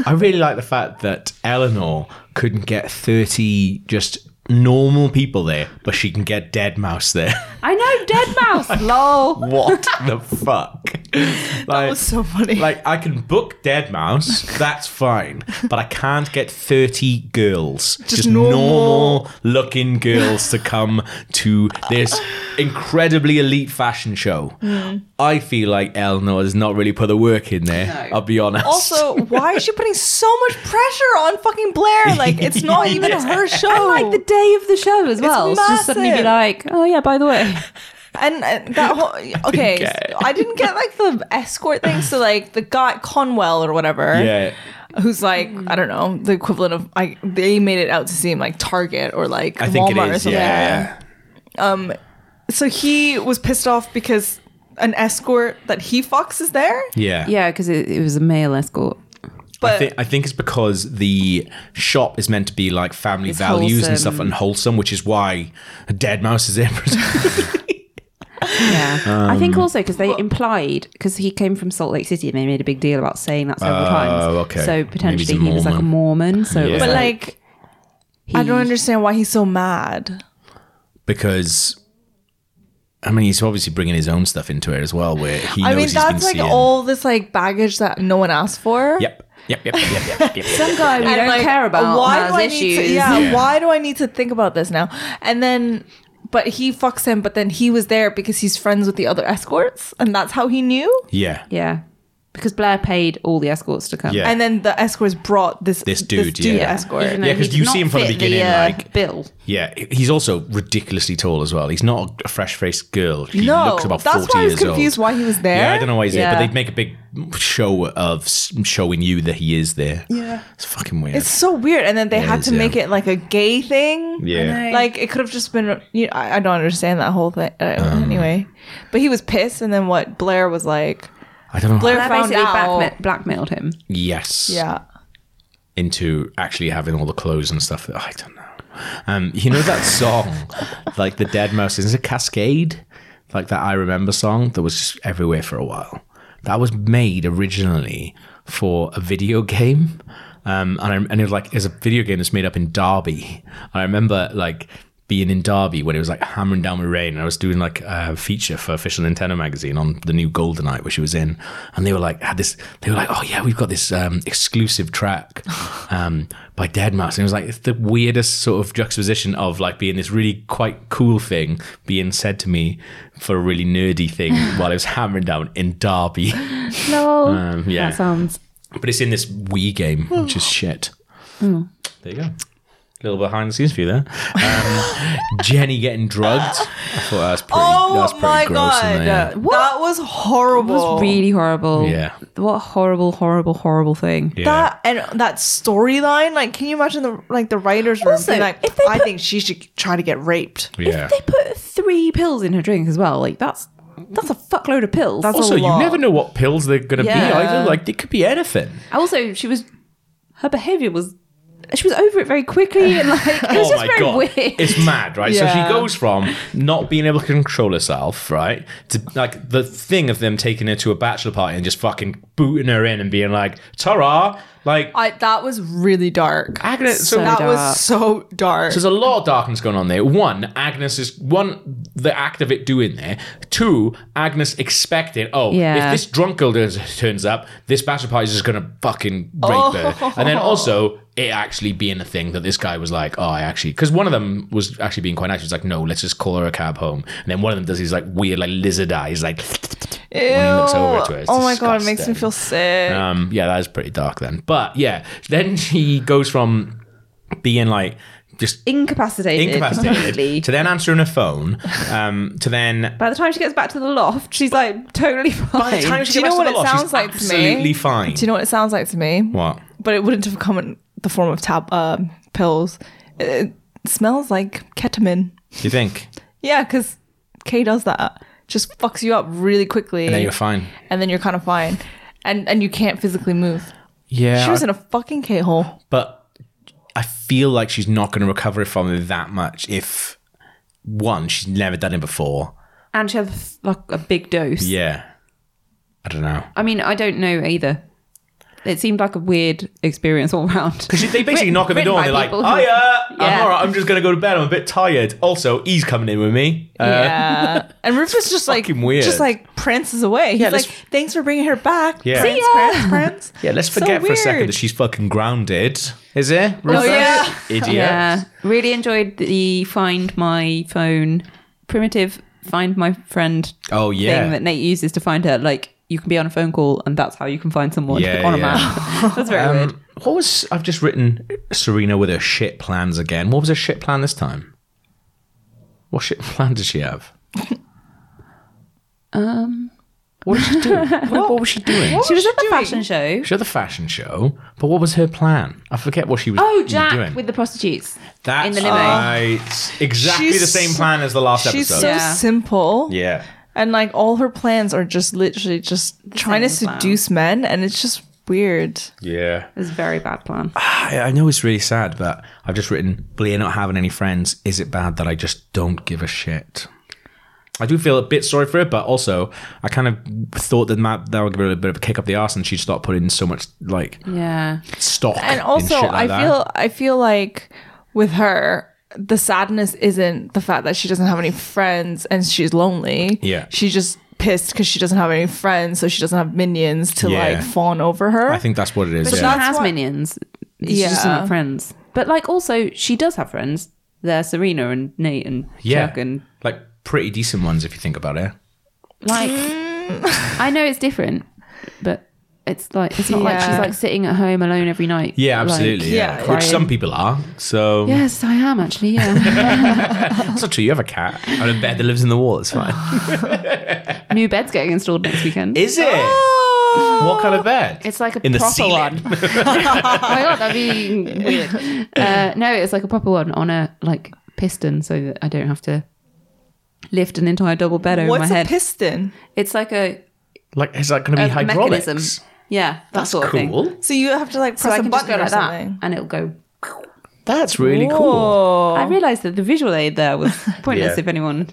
Speaker 1: I really like the fact that Eleanor couldn't get 30 just normal people there, but she can get Dead Mouse there. <laughs>
Speaker 3: Oh.
Speaker 4: I know, dead
Speaker 3: <laughs>
Speaker 4: mouse. lol.
Speaker 1: what the fuck? Like, that
Speaker 3: was so funny.
Speaker 1: Like, I can book Dead Mouse, that's fine, but I can't get 30 girls, just,
Speaker 3: normal-
Speaker 1: normal looking girls to come to this incredibly elite fashion show.
Speaker 3: Hmm.
Speaker 1: I feel like Eleanor has not really put the work in there,
Speaker 4: No.
Speaker 1: I'll be honest.
Speaker 3: Also, why is she putting so much pressure on fucking Blair?
Speaker 1: <laughs>
Speaker 3: Like, it's not even her show.
Speaker 4: Like the day of the show as well. It's just suddenly be
Speaker 3: massive.
Speaker 4: like, "Oh yeah, by the
Speaker 3: <laughs>
Speaker 4: way."
Speaker 3: And uh, that
Speaker 1: <laughs>
Speaker 3: whole okay,
Speaker 1: get it.
Speaker 3: so I didn't get like the escort thing. So like the guy Conwell or
Speaker 1: <laughs>
Speaker 3: whatever,
Speaker 1: yeah.
Speaker 3: who's like I don't know the equivalent of I. They made it out to seem like Target or like
Speaker 1: I think
Speaker 3: Walmart
Speaker 1: it
Speaker 3: or
Speaker 1: is.
Speaker 3: something.
Speaker 1: Yeah, yeah.
Speaker 3: So he was pissed off because an escort that he fucks is there,
Speaker 1: Yeah.
Speaker 4: Yeah, because it, it was a male escort.
Speaker 1: I,
Speaker 3: but
Speaker 1: thi- I think it's because the shop is meant to be like family values and stuff
Speaker 4: wholesome.
Speaker 1: and wholesome, which is why a dead mouse is there.
Speaker 4: Yeah, I think
Speaker 3: Um,
Speaker 4: also because they implied because he came from Salt Lake City and they made a big deal about saying that
Speaker 3: Oh,
Speaker 4: several times.
Speaker 1: okay.
Speaker 4: So
Speaker 1: Maybe
Speaker 4: potentially
Speaker 1: he's a
Speaker 4: he was like a Mormon. So it
Speaker 1: Yeah.
Speaker 4: was
Speaker 3: but
Speaker 1: Yeah.
Speaker 4: like,
Speaker 3: like I don't understand why he's so mad.
Speaker 1: <laughs> because, I mean, he's obviously bringing his own stuff into it as well, where he knows
Speaker 3: I mean,
Speaker 1: he's been
Speaker 3: that's like
Speaker 1: seeing.
Speaker 3: all this like baggage that no one asked for.
Speaker 1: Yep. Yep. Yep. Yep. Yep.
Speaker 3: <laughs>
Speaker 1: yep, yep.
Speaker 4: some guy we
Speaker 3: And,
Speaker 4: don't
Speaker 3: like,
Speaker 4: care about has
Speaker 3: I
Speaker 4: issues.
Speaker 3: Need to, yeah,
Speaker 1: Yeah.
Speaker 3: why do I need to think about this now? And then, but he fucks him. But then he was there because he's friends with the other escorts, and that's how he knew.
Speaker 1: yeah.
Speaker 4: Yeah. Because Blair paid all the escorts to come.
Speaker 1: Yeah.
Speaker 3: And then the escorts brought this
Speaker 1: This dude, yeah.
Speaker 3: escort.
Speaker 4: Even though
Speaker 1: Yeah, 'cause
Speaker 4: he did
Speaker 1: you
Speaker 4: not
Speaker 1: see him from the
Speaker 4: fit
Speaker 1: beginning,
Speaker 4: uh,
Speaker 1: like-
Speaker 4: Bill.
Speaker 1: Yeah. He's also ridiculously tall as well. He's not a fresh faced girl. He
Speaker 3: No,
Speaker 1: looks about
Speaker 3: that's
Speaker 1: 40
Speaker 3: why I was
Speaker 1: years old.
Speaker 3: confused why he was there.
Speaker 1: Yeah, I don't know why he's there,
Speaker 4: Yeah.
Speaker 1: but they make a big show of s- showing you that he is there. Yeah. It's fucking weird.
Speaker 3: It's so weird. And then they
Speaker 1: It
Speaker 3: had
Speaker 1: is,
Speaker 3: to
Speaker 1: yeah.
Speaker 3: make it like a gay thing.
Speaker 1: yeah.
Speaker 3: Like it could have just been. You know, I, I don't understand that whole thing. Uh,
Speaker 1: Um.
Speaker 3: anyway, but he was pissed, and then what? Blair was like,
Speaker 1: I don't know.
Speaker 3: Blair
Speaker 4: Blair
Speaker 3: found
Speaker 4: basically
Speaker 3: out.
Speaker 4: blackma- blackmailed him.
Speaker 1: yes.
Speaker 3: yeah.
Speaker 1: into actually having all the clothes and stuff. I don't know. Um, you know
Speaker 3: <laughs>
Speaker 1: that song, like the Dead Mouse, is it Cascade? Like that I Remember song that was just everywhere for a while. That was made originally for a video game. Um, and, I, and it was like, it's a video game that's made up in Derby. I remember like being in Derby when it was like hammering down with rain. And I was doing like a feature for official Nintendo magazine on the new Goldeneye, which she was in. And they were like, had this, they were like, oh yeah, we've got this um, exclusive track um, by Dead Mouse. And it was like, it's the weirdest sort of juxtaposition of like being this really quite cool thing being said to me for a really nerdy thing while I was hammering down in Derby.
Speaker 4: Lol.
Speaker 1: Um, yeah.
Speaker 4: That sounds.
Speaker 1: But it's in this Wii game, which is shit. There you go. Little behind the scenes for you there.
Speaker 3: <laughs>
Speaker 1: Um, Jenny getting drugged. I thought that was pretty,
Speaker 3: Oh
Speaker 1: that was pretty
Speaker 3: my
Speaker 1: gross.
Speaker 3: god,
Speaker 1: Isn't it? Yeah.
Speaker 3: that was horrible.
Speaker 4: It was really horrible.
Speaker 1: Yeah.
Speaker 4: What a horrible, horrible, horrible thing.
Speaker 1: Yeah.
Speaker 3: That and that storyline, like, can you imagine the like the writers' room
Speaker 4: Also,
Speaker 3: being like,
Speaker 4: if they
Speaker 3: I
Speaker 4: put-
Speaker 3: think she should try to get raped.
Speaker 1: Yeah.
Speaker 4: They put three pills in her drink as well. Like that's that's a fuckload of pills.
Speaker 3: That's-
Speaker 1: Also,
Speaker 3: a
Speaker 1: you
Speaker 3: lot.
Speaker 1: never know what pills they're going to
Speaker 4: Yeah.
Speaker 1: be either. Like, they could be anything.
Speaker 4: <laughs> also, she was her behaviour was she was over it very quickly and like it was
Speaker 1: <laughs> oh
Speaker 4: just
Speaker 1: my
Speaker 4: very
Speaker 1: god,
Speaker 4: weird.
Speaker 1: it's mad, right? So
Speaker 3: Yeah.
Speaker 1: she goes from not being able to control herself, right, to like the thing of them taking her to a bachelor party and just fucking booting her in and being like, "Tara," like
Speaker 3: I that was really dark.
Speaker 1: Agnes. So,
Speaker 4: So
Speaker 3: that
Speaker 4: dark.
Speaker 3: was so dark.
Speaker 1: there's a lot of darkness going on there. One, Agnes is one the act of it doing there. Two, Agnes expected. Oh,
Speaker 4: Yeah.
Speaker 1: if this drunk girl turns, turns up, this bachelor party is just gonna fucking rape her. And then also it actually being a thing that this guy was like, oh, I actually because one of them was actually being quite nice. He was like, no, let's just call her a cab home. And then one of them does his like weird like lizard eyes, like.
Speaker 3: Ew.
Speaker 1: he looks over to her, it's
Speaker 3: oh my god, it makes me
Speaker 1: disgusting.
Speaker 3: feel sick.
Speaker 1: Um, yeah, that is pretty dark then. But yeah, then she goes from being like just
Speaker 4: incapacitated, completely.
Speaker 1: incapacitated <laughs> to then answering a phone um, to then
Speaker 4: By the time she gets back to the loft, she's like totally <laughs> fine.
Speaker 1: by the time she
Speaker 3: Do you
Speaker 1: gets
Speaker 3: know
Speaker 1: back to the
Speaker 3: what it
Speaker 1: lot, she's
Speaker 3: sounds like to me?
Speaker 1: absolutely fine
Speaker 3: Do you know what it sounds like to me?
Speaker 1: what
Speaker 3: But it wouldn't have come in the form of tab um pills. It, it smells like ketamine.
Speaker 1: do you think
Speaker 3: Yeah, because Kay does that. Just fucks you up really quickly,
Speaker 1: and then you're fine
Speaker 3: and then you're kind of fine, and and you can't physically move.
Speaker 1: yeah
Speaker 3: She was in a fucking K hole.
Speaker 1: but I feel like she's not going to recover from it that much if one she's never done it before
Speaker 4: and she has like a big dose.
Speaker 1: yeah I don't know
Speaker 4: I mean, I don't know either. It seemed like a weird experience
Speaker 1: <laughs>
Speaker 4: all round.
Speaker 1: because they basically knock at the
Speaker 4: written
Speaker 1: door and
Speaker 4: by
Speaker 1: they're like
Speaker 4: people who-
Speaker 1: hiya I'm
Speaker 4: Yeah.
Speaker 1: alright I'm just going to go to bed I'm a bit tired also he's coming in with me uh,
Speaker 3: yeah, and Rufus just like
Speaker 1: fucking weird.
Speaker 3: just like prances away. He's
Speaker 1: Yeah, let's-
Speaker 3: like, "Thanks for bringing her back."
Speaker 1: Yeah.
Speaker 3: Prance,
Speaker 1: See ya.
Speaker 3: prance, prance.
Speaker 1: <laughs> yeah let's
Speaker 3: So
Speaker 1: forget for a second
Speaker 3: weird.
Speaker 1: that she's fucking grounded is it
Speaker 3: Oh yeah.
Speaker 1: idiot
Speaker 4: Yeah, really enjoyed the find my phone primitive find my friend
Speaker 1: oh yeah
Speaker 4: thing that Nate uses to find her. Like you can be on a phone call and that's how you can find someone
Speaker 1: Yeah,
Speaker 4: on a
Speaker 1: yeah.
Speaker 4: map. <laughs> that's very weird.
Speaker 1: Um, what was I've just written Serena with her shit plans again. What was her shit plan this time? What shit <laughs> plan did she have?
Speaker 4: <laughs> Um,
Speaker 1: What did
Speaker 4: <laughs>
Speaker 1: she do? what, what was she doing?
Speaker 4: she was at the
Speaker 3: doing?
Speaker 4: fashion show.
Speaker 1: She had the fashion show, but what was her plan? I forget what she was
Speaker 4: Oh,
Speaker 1: doing.
Speaker 4: Jack with the prostitutes.
Speaker 1: That's
Speaker 4: in the limo.
Speaker 1: right. Exactly the
Speaker 3: She's
Speaker 1: same
Speaker 3: so-
Speaker 1: plan as the last
Speaker 3: She's
Speaker 1: episode.
Speaker 3: so
Speaker 4: Yeah.
Speaker 3: simple.
Speaker 1: yeah.
Speaker 3: And like all her plans are just literally just trying to
Speaker 4: same plan.
Speaker 3: seduce men and it's just weird.
Speaker 1: Yeah.
Speaker 4: It was a very bad plan.
Speaker 1: I, I know it's really sad, but I've just written Blair not having any friends. Is it bad that I just don't give a shit? I do feel a bit sorry for her, but also I kind of thought that Matt, that would give her a bit of a kick up the arse, and she'd start putting so much like
Speaker 4: Yeah.
Speaker 1: stock
Speaker 3: And
Speaker 1: in
Speaker 3: also
Speaker 1: shit like
Speaker 3: I
Speaker 1: that.
Speaker 3: feel I feel like with her the sadness isn't the fact that she doesn't have any friends and she's lonely.
Speaker 1: Yeah.
Speaker 3: She's just pissed because she doesn't have any friends, so she doesn't have minions to
Speaker 1: Yeah.
Speaker 3: like fawn over her.
Speaker 1: I think that's what it is.
Speaker 4: But
Speaker 1: yeah.
Speaker 4: she has
Speaker 3: what-
Speaker 4: minions. She's just
Speaker 3: Yeah.
Speaker 4: not friends. But like also she does have friends. They're Serena and Nate and
Speaker 1: yeah,
Speaker 4: Chuck and
Speaker 1: like pretty decent ones if you think about it.
Speaker 4: like Mm. I know it's different, but it's like it's not like she's
Speaker 3: Yeah.
Speaker 4: like sitting at home alone every night.
Speaker 1: Yeah,
Speaker 4: like-
Speaker 1: absolutely. yeah,
Speaker 3: yeah.
Speaker 1: which some people are. So
Speaker 4: Yes, I am actually. Yeah, <laughs>
Speaker 1: that's not true. You have a cat and a bed that lives in the wall. It's fine.
Speaker 4: new bed's getting installed next weekend.
Speaker 1: is it? What kind of bed?
Speaker 4: Oh. It's like a
Speaker 1: in the
Speaker 4: proper
Speaker 1: ceiling.
Speaker 4: one. oh my god, that'd be weird. <laughs> Uh, no, it's like a proper one on a like piston, so that I don't have to lift an entire double bed over
Speaker 3: What's
Speaker 4: my
Speaker 3: a
Speaker 4: head.
Speaker 3: piston?
Speaker 4: it's like a,
Speaker 1: Like, is that going to
Speaker 4: a
Speaker 1: be hydraulics?
Speaker 4: mechanism. Yeah, that sort of thing.
Speaker 3: So you have to like
Speaker 4: So
Speaker 3: press
Speaker 4: I
Speaker 3: a
Speaker 4: can just
Speaker 3: button
Speaker 4: go
Speaker 3: or
Speaker 4: like that,
Speaker 3: something.
Speaker 4: and it'll go.
Speaker 1: That's really cool.
Speaker 3: Oh.
Speaker 4: I realised that the visual aid
Speaker 1: <laughs>
Speaker 4: there was pointless
Speaker 1: Yeah. Ah.
Speaker 4: if anyone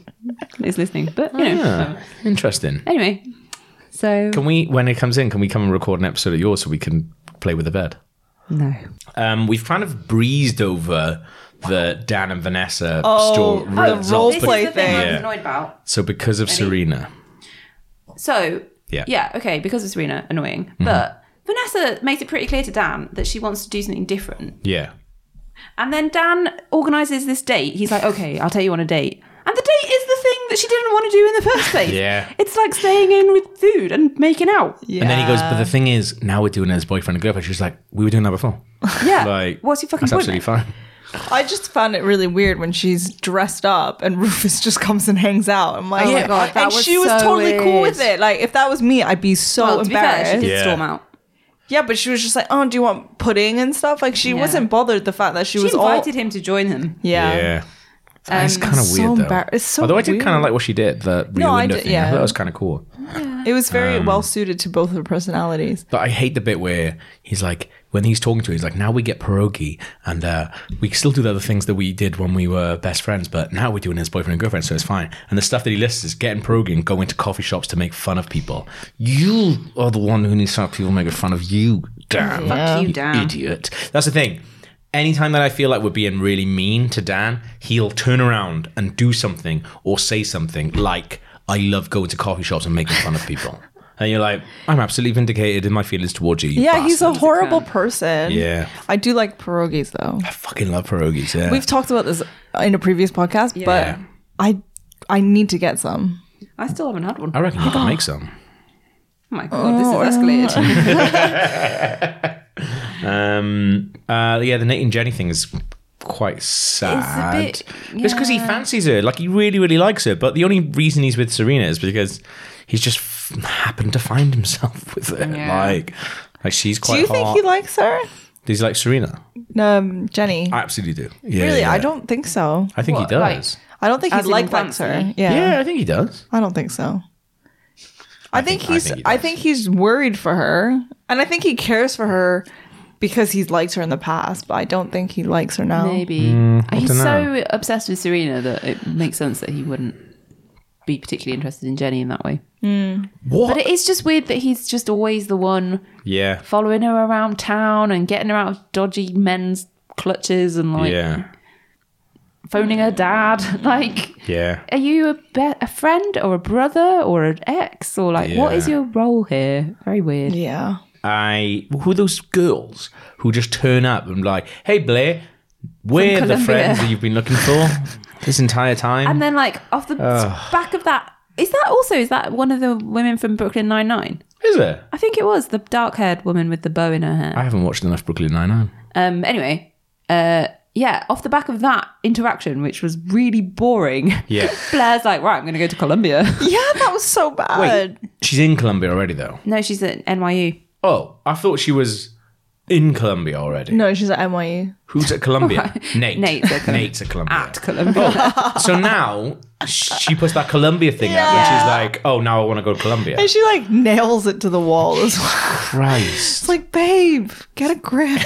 Speaker 4: is listening, but you know.
Speaker 1: Yeah, interesting.
Speaker 4: Anyway, so
Speaker 1: Can we, when it comes in, can we come and record an episode of yours so we can play with the bed?
Speaker 4: no,
Speaker 1: Um, we've kind of breezed over the Dan and Vanessa
Speaker 3: Oh,
Speaker 1: story
Speaker 3: the role
Speaker 1: results,
Speaker 4: this
Speaker 1: but-
Speaker 3: play
Speaker 4: is the thing I
Speaker 1: Yeah.
Speaker 4: was annoyed about.
Speaker 1: So because of Serena,
Speaker 4: So
Speaker 1: Yeah. Mm-hmm.
Speaker 4: yeah, okay, because of Serena, annoying. But Vanessa makes it pretty clear to Dan that she wants to do something different,
Speaker 1: yeah,
Speaker 4: and then Dan organises this date. He's like, okay, I'll take you on a date. And the date is the thing that she didn't want to do in the first place.
Speaker 1: Yeah.
Speaker 4: It's like staying in with food and making out.
Speaker 3: Yeah.
Speaker 1: and then he goes. But the thing is, now we're doing it as boyfriend and girlfriend. She's like, we were doing that
Speaker 3: <laughs>
Speaker 1: before.
Speaker 4: Yeah.
Speaker 1: Like,
Speaker 4: What's your fucking
Speaker 1: That's
Speaker 4: point?
Speaker 1: absolutely
Speaker 4: mate?
Speaker 1: fine.
Speaker 3: I just found it really weird when she's dressed up and <laughs> Rufus just comes and hangs out. I'm like,
Speaker 4: Oh my God, that
Speaker 3: and
Speaker 4: was
Speaker 3: she was
Speaker 4: so
Speaker 3: totally cool with it.
Speaker 4: weird.
Speaker 3: Like, if that was me, I'd be so
Speaker 4: Well, to be fair,
Speaker 3: embarrassed.
Speaker 4: she did
Speaker 1: Yeah.
Speaker 4: storm out.
Speaker 3: yeah, but she was just like, "Oh, do you want pudding and stuff?" Like, she
Speaker 4: Yeah.
Speaker 3: wasn't bothered the fact that she,
Speaker 4: She
Speaker 3: was
Speaker 4: invited
Speaker 3: all.
Speaker 4: him to join them.
Speaker 3: Yeah.
Speaker 1: Yeah. That's
Speaker 4: Um,
Speaker 1: kind of
Speaker 3: so
Speaker 1: weird, though.
Speaker 3: embar- it's so
Speaker 1: Although I did
Speaker 3: weird.
Speaker 1: kind of like what she did, the real
Speaker 3: No, I
Speaker 1: window
Speaker 3: did-
Speaker 1: thing. I
Speaker 3: yeah.
Speaker 1: thought that was kind of cool.
Speaker 3: It was
Speaker 1: Um,
Speaker 3: very well suited to both of her personalities.
Speaker 1: But I hate the bit where he's like, when he's talking to her, he's like, now we get pierogi and uh, we still do the other things that we did when we were best friends, but now we're doing it as boyfriend and girlfriend, so it's fine. And the stuff that he lists is getting pierogi and going to coffee shops to make fun of people. You are the one who needs to have people making fun of you, Dan.
Speaker 4: Fuck you, Dan.
Speaker 1: Idiot. That's the thing. Anytime that I feel like we're being really mean to Dan, he'll turn around and do something or say something like, I love going to coffee shops and making fun of
Speaker 3: <laughs>
Speaker 1: people. And you're like, I'm absolutely vindicated in my feelings towards you. you
Speaker 3: Yeah, he's a
Speaker 1: bastard."
Speaker 3: horrible person.
Speaker 1: Yeah.
Speaker 3: I do like pierogies though.
Speaker 1: I fucking love pierogies. Yeah.
Speaker 3: We've talked about this in a previous podcast,
Speaker 1: Yeah.
Speaker 3: but I I need to get some.
Speaker 4: I still haven't had one.
Speaker 1: I reckon you can
Speaker 3: <gasps>
Speaker 1: make some.
Speaker 4: Oh my god, this is escalated.
Speaker 1: Um, uh, yeah, the Nate and Jenny thing is quite sad.
Speaker 4: bit-
Speaker 1: It's because he
Speaker 4: yeah.
Speaker 1: fancies her. Like, he really, really likes her. But the only reason he's with Serena is because he's just f- happened to find himself <laughs> with her.
Speaker 4: Yeah.
Speaker 1: Like, like, she's quite
Speaker 3: do you
Speaker 1: hot.
Speaker 3: think he likes her?
Speaker 1: He's like Serena.
Speaker 3: Um, Jenny.
Speaker 1: I absolutely do. Yeah,
Speaker 3: really,
Speaker 1: yeah.
Speaker 3: I don't think so.
Speaker 1: I think
Speaker 4: What,
Speaker 1: he
Speaker 4: like-
Speaker 1: does.
Speaker 3: I don't think
Speaker 4: As
Speaker 3: he
Speaker 4: in
Speaker 3: like likes her.
Speaker 4: fancy?
Speaker 3: Yeah.
Speaker 1: yeah, I think he does.
Speaker 3: I don't think so. I, think,
Speaker 1: think- I
Speaker 3: he's I
Speaker 1: think
Speaker 3: think,
Speaker 1: he does.
Speaker 3: he's worried for her. And I think he cares for her because he's liked her in the past, but I don't think he likes her now.
Speaker 4: Maybe
Speaker 1: Mm,
Speaker 4: Uh, he's so obsessed with Serena that it makes sense that he wouldn't be particularly interested in Jenny in that way.
Speaker 1: What?
Speaker 4: But it is just weird that he's just always the one
Speaker 1: yeah.
Speaker 4: following her around town and getting her out of dodgy men's clutches and like
Speaker 1: yeah.
Speaker 4: phoning her dad. <laughs> Like,
Speaker 1: Yeah.
Speaker 4: are you a, be- a friend or a brother or an ex or like what is
Speaker 1: Yeah.
Speaker 4: your role here? Very weird.
Speaker 3: Yeah.
Speaker 1: I who are those girls who just turn up and like, hey Blair, we're
Speaker 4: From
Speaker 1: the
Speaker 4: Colombia."
Speaker 1: friends that you've been looking
Speaker 4: <laughs>
Speaker 1: for this entire time.
Speaker 4: And then like off the back of that, is that also is that one of the women from Brooklyn Nine Nine?
Speaker 1: Is it?
Speaker 4: I think it was the dark-haired woman with the bow in her hair.
Speaker 1: I haven't watched enough Brooklyn Nine Nine.
Speaker 4: Um, anyway, uh, yeah, off the back of that interaction, which was really boring.
Speaker 1: <laughs> Yeah.
Speaker 4: <laughs> Blair's like, right, I'm going to go to Columbia. <laughs>
Speaker 3: Yeah, that was so bad.
Speaker 1: Wait, she's in Colombia already though.
Speaker 4: no, she's at NYU.
Speaker 1: Oh, I thought she was in Colombia already.
Speaker 3: No, she's at E. NYU.
Speaker 1: Who's at
Speaker 3: <laughs>
Speaker 1: Colombia? Nate.
Speaker 4: Nate's at Colombia.
Speaker 1: Nate's at Colombia.
Speaker 4: At
Speaker 1: <laughs>
Speaker 4: Columbia.
Speaker 1: so now she puts that Colombia thing out and she's like, oh, now I want to go to Colombia.
Speaker 3: And she like nails it to the wall as well.
Speaker 1: Christ.
Speaker 3: It's like, babe, get a
Speaker 1: <laughs>
Speaker 3: grip.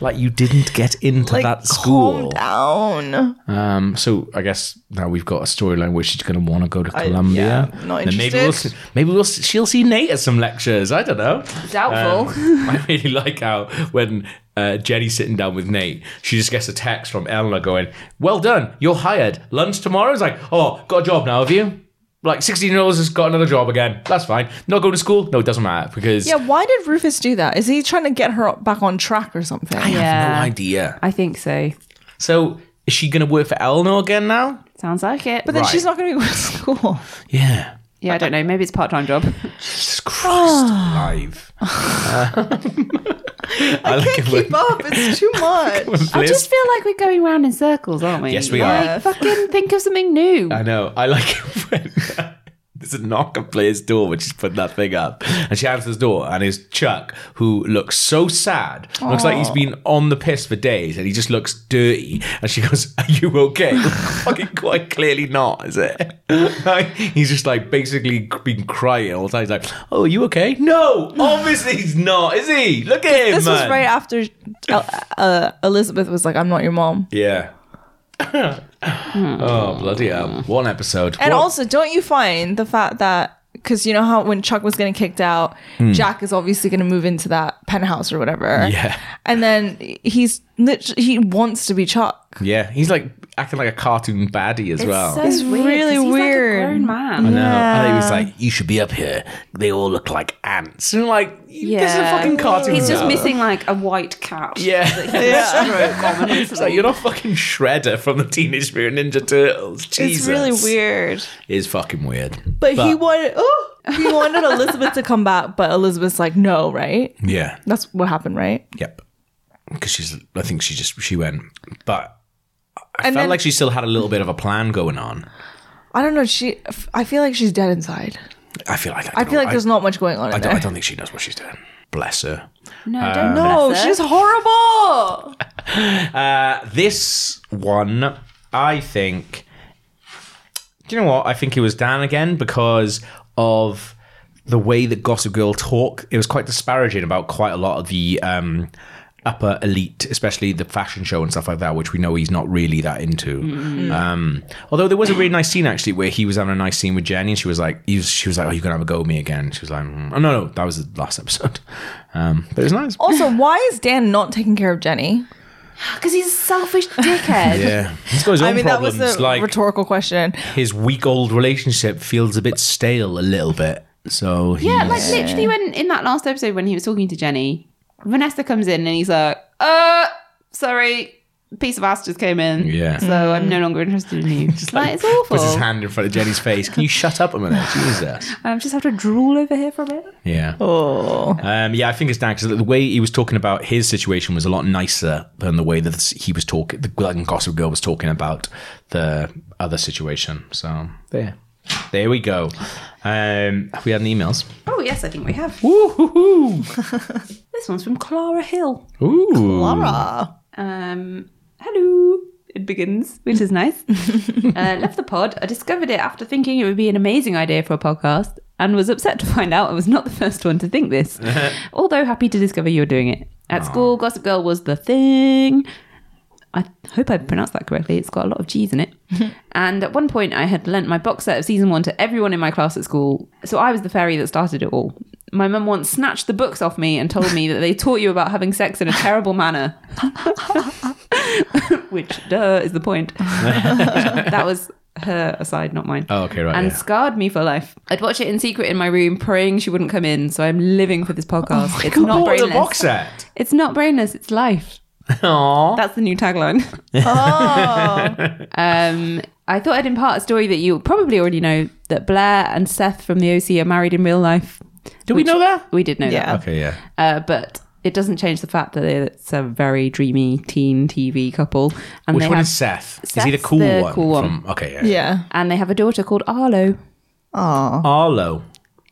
Speaker 1: like you didn't get into
Speaker 3: Like
Speaker 1: that school.
Speaker 3: calm down.
Speaker 1: Um, so I guess now we've got a storyline where she's going to want to go to
Speaker 3: I-
Speaker 1: Colombia.
Speaker 3: yeah, not
Speaker 1: Then Maybe
Speaker 3: interested.
Speaker 1: we'll see, maybe we'll see, she'll see Nate at some lectures. I don't know.
Speaker 4: <laughs> Doubtful.
Speaker 1: Um, <laughs> I really like how when uh, Jenny's sitting down with Nate, she just gets a text from Eleanor going, "Well done, you're hired. Lunch tomorrow." It's like, "Oh, got a job now, have you?" Like sixteen year olds has got another job again. That's fine. Not going to school? No, it doesn't matter because
Speaker 3: Yeah, why did Rufus do that? Is he trying to get her back on track or something?
Speaker 1: I have
Speaker 4: Yeah.
Speaker 1: no idea.
Speaker 4: I think so.
Speaker 1: So is she going to work for Eleanor again now?
Speaker 4: Sounds like it.
Speaker 3: But then
Speaker 1: Right.
Speaker 3: she's not going to go to school.
Speaker 1: Yeah.
Speaker 4: yeah, I don't know. Maybe it's part-time job.
Speaker 1: Jesus Christ alive. <laughs> I, like it when-
Speaker 3: Keep up, it's too much.
Speaker 1: <laughs>
Speaker 3: Uh,
Speaker 1: when
Speaker 4: <laughs> I
Speaker 1: Blair's-
Speaker 4: just feel like we're going round in circles, aren't we?
Speaker 1: Yes, we
Speaker 4: Like,
Speaker 1: are.
Speaker 4: Fucking think of something new.
Speaker 1: I know. I like it <laughs> when there's a knock at Blair's door when she's putting that thing up. And she answers the door, and it's Chuck, who looks so sad. Looks like he's been on the piss for days, and he just looks dirty. And she goes, Are you okay? <laughs> Fucking quite clearly not, is it? <laughs> Like, he's just like basically been crying all the time. He's like, Oh, are you okay? No, obviously he's not, is he? Look at him.
Speaker 3: This
Speaker 1: man.
Speaker 3: was right after uh, uh, Elizabeth was like, "I'm not your mom,"
Speaker 1: Yeah. <laughs> oh bloody hell! One episode.
Speaker 3: and
Speaker 1: What-
Speaker 3: also, don't you find the fact that because you know how when Chuck was getting kicked
Speaker 1: Hmm.
Speaker 3: out, Jack is obviously going to move into that penthouse or whatever,
Speaker 1: Yeah.
Speaker 3: and then he's lit- he wants to be Chuck.
Speaker 1: Yeah, he's like acting like a cartoon baddie as well.
Speaker 4: so
Speaker 3: It's
Speaker 4: weird, 'cause
Speaker 3: really
Speaker 4: he's like a
Speaker 3: weird.
Speaker 4: grown man.
Speaker 1: I know. And he was like, "You should be up here. They all look like ants." And I'm like, yeah. "This is a fucking cartoon."
Speaker 4: He's just
Speaker 1: now.
Speaker 4: missing like a white
Speaker 1: <laughs>
Speaker 3: <laughs>
Speaker 4: cat.
Speaker 1: Yeah.
Speaker 4: yeah.
Speaker 1: It's like you're not fucking Shredder from the Teenage Mutant Ninja Turtles. Jesus,
Speaker 3: It's really weird.
Speaker 1: It's fucking weird.
Speaker 3: But, he wanted oh, <laughs> he wanted Elizabeth to come back, but Elizabeth's like, no, right?
Speaker 1: Yeah.
Speaker 3: That's what happened, right?
Speaker 1: Yep. Because she's, I think she just she went, but I felt
Speaker 3: And then-
Speaker 1: like she still had a little bit of a plan going on.
Speaker 3: I don't know. She, I feel like she's dead inside.
Speaker 1: I feel like
Speaker 3: I feel like there's not much going on
Speaker 1: I
Speaker 3: in
Speaker 1: don't, I
Speaker 3: there.
Speaker 1: don't think she knows what she's doing. Bless her.
Speaker 4: No, don't
Speaker 1: Um,
Speaker 3: No,
Speaker 4: bless her.
Speaker 3: she's horrible.
Speaker 1: This one, I think. Do you know what? I think it was Dan again because of the way that Gossip Girl talk. It was quite disparaging about quite a lot of the um, upper elite, especially the fashion show and stuff like that, which we know he's not really that into. Um, although there was a really nice scene actually where he was having a nice scene with Jenny, and she was like, he was, she was like, "Oh, you can have a go at me again." She was like, "Mm." "Oh no, no, that was the last episode." <laughs> Um, but it was nice.
Speaker 3: Also, why is Dan not taking care of Jenny?
Speaker 4: because he's a selfish dickhead.
Speaker 1: <laughs> Yeah, he's got his own
Speaker 3: <laughs> I mean,
Speaker 1: problems.
Speaker 3: that was a
Speaker 1: like
Speaker 3: rhetorical question.
Speaker 1: his week old relationship feels a bit stale a little bit. So he's,
Speaker 4: Yeah, like literally when in that last episode when he was talking to Jenny, Vanessa comes in and he's like, "Uh, sorry, piece of ass just came in.
Speaker 1: Yeah.
Speaker 4: so I'm no longer interested in
Speaker 1: <laughs>
Speaker 4: you. Just like, it's awful.
Speaker 1: puts his hand in front of Jenny's face. Can you shut up a minute?
Speaker 4: <laughs>
Speaker 1: Jesus.
Speaker 4: I Um, just have to drool over here for a bit.
Speaker 1: Yeah.
Speaker 3: Oh,
Speaker 1: Um, yeah, I think it's Dan because the way he was talking about his situation was a lot nicer than the way that he was talking. The like, Gossip Girl was talking about the other situation. So there, there we go. Um, have we had any emails?
Speaker 4: Oh yes, I think we have.
Speaker 1: Ooh,
Speaker 4: <laughs> This one's from Clara Hill.
Speaker 1: ooh,
Speaker 3: Laura.
Speaker 4: Um, hello. It begins, which is nice. uh, left the pod. I discovered it after thinking it would be an amazing idea for a podcast and was upset to find out I was not the first one to think this. Although happy to discover you were doing it. At school, Gossip Girl was the thing. I hope I pronounced that correctly. It's got a lot of G's
Speaker 1: <laughs>
Speaker 4: in it. and at one point, I had lent my box set of season one to everyone in my class at school, so I was the fairy that started it all. My mum once snatched the books off me and told me that they taught you about having sex in a terrible manner. <laughs> Which, duh, is the point.
Speaker 1: <laughs>
Speaker 4: that was her aside, not mine.
Speaker 1: Oh, okay, right,
Speaker 4: And
Speaker 1: yeah.
Speaker 4: scarred me for life. I'd watch it in secret in my room, praying she wouldn't come in, so I'm living for this podcast. it's not
Speaker 1: Bought Oh the
Speaker 4: brainless.
Speaker 1: box set.
Speaker 4: It's not brainless, it's life.
Speaker 1: Aww.
Speaker 4: That's the new <laughs> tagline.
Speaker 1: Oh.
Speaker 4: Um, I thought I'd impart a story that you probably already know that Blair and Seth from the OC are married in real life.
Speaker 1: Do we know that?
Speaker 4: We did know
Speaker 3: Yeah.
Speaker 1: Okay, yeah.
Speaker 4: that. Uh, but it doesn't change the fact that it's a very dreamy teen TV couple. And
Speaker 1: Which
Speaker 4: they
Speaker 1: one
Speaker 4: have,
Speaker 1: is Seth? Is he the
Speaker 4: Seth's
Speaker 1: cool
Speaker 4: the
Speaker 1: one?
Speaker 4: cool one.
Speaker 1: From, okay, yeah.
Speaker 3: Yeah.
Speaker 4: And they have a daughter called Arlo.
Speaker 3: Oh.
Speaker 1: Arlo.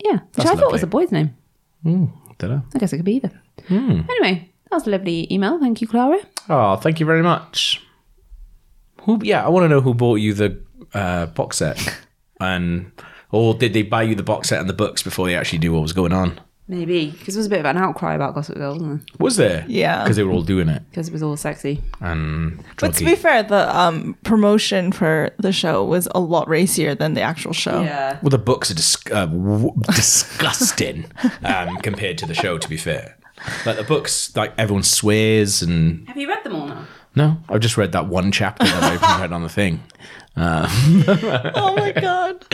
Speaker 4: Yeah. Which I thought
Speaker 1: lovely. Hmm.
Speaker 4: was a boy's name.
Speaker 1: Dunno.
Speaker 4: I guess it could be either. Anyway, that was a lovely email. Thank you, Clara.
Speaker 1: Oh, thank you very much. Who? Yeah, I want to know who bought you the uh, box
Speaker 3: <laughs>
Speaker 1: set, and or did they buy you the box set and the books before they actually knew what was going on?
Speaker 4: Maybe. Because there was a bit of an outcry about Gossip Girl, wasn't there?
Speaker 1: Was there?
Speaker 3: Yeah.
Speaker 1: because they were all doing it
Speaker 4: Because it was all sexy.
Speaker 1: and
Speaker 3: But to be
Speaker 1: druggy.
Speaker 3: fair, the um, promotion for the show was a lot racier than the actual show.
Speaker 4: Yeah.
Speaker 1: Well, the books are dis- uh, w-
Speaker 3: <laughs>
Speaker 1: disgusting um, compared to the show. To be fair, like the books, like everyone swears and
Speaker 4: Have you read them all now?
Speaker 1: no, I've just read that one chapter that I read on the thing.
Speaker 3: Oh my <laughs> god.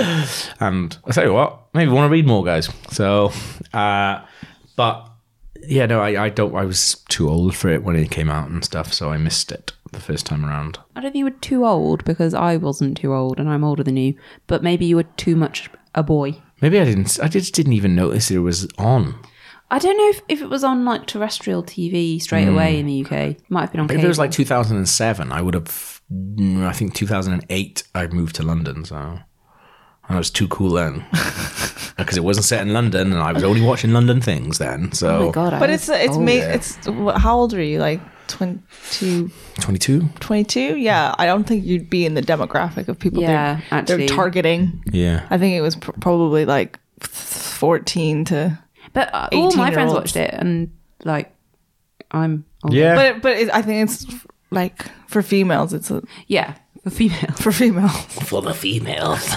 Speaker 1: And I tell you what, maybe want to read more, guys. So, uh, but yeah, no, I, I don't. I was too old for it when it came out and stuff, so I missed it the first time around.
Speaker 4: I don't think you were too old because I wasn't too old and I'm older than you, but maybe you were too much a boy.
Speaker 1: Maybe I didn't. I just didn't even notice it was on.
Speaker 4: I don't know if, if it was on like terrestrial TV straight away in the UK. Might have been on
Speaker 1: Hmm. If
Speaker 4: cable.
Speaker 1: it was like 2007, I would have. mm, I think 2008, I moved to London, so I was too cool
Speaker 4: <laughs>
Speaker 1: then because it wasn't set in London, and I was only watching London things then.
Speaker 4: oh
Speaker 1: So
Speaker 4: my god! I
Speaker 3: But it's
Speaker 4: was-
Speaker 3: it's
Speaker 4: oh.
Speaker 3: ma- it's wh- how old were you? Like 22,
Speaker 1: 22.
Speaker 3: 22? Yeah, I don't think you'd be in the demographic of people
Speaker 4: Yeah,
Speaker 3: they're,
Speaker 4: actually.
Speaker 3: they're targeting.
Speaker 1: Yeah.
Speaker 3: I think it was pr- probably like 14 to
Speaker 4: But uh, all my friends
Speaker 3: 18-year-olds.
Speaker 4: watched it and like I'm older.
Speaker 1: yeah.
Speaker 3: But it, but it, I think it's like for females it's a,
Speaker 4: yeah for female.
Speaker 3: for females.
Speaker 1: for the females.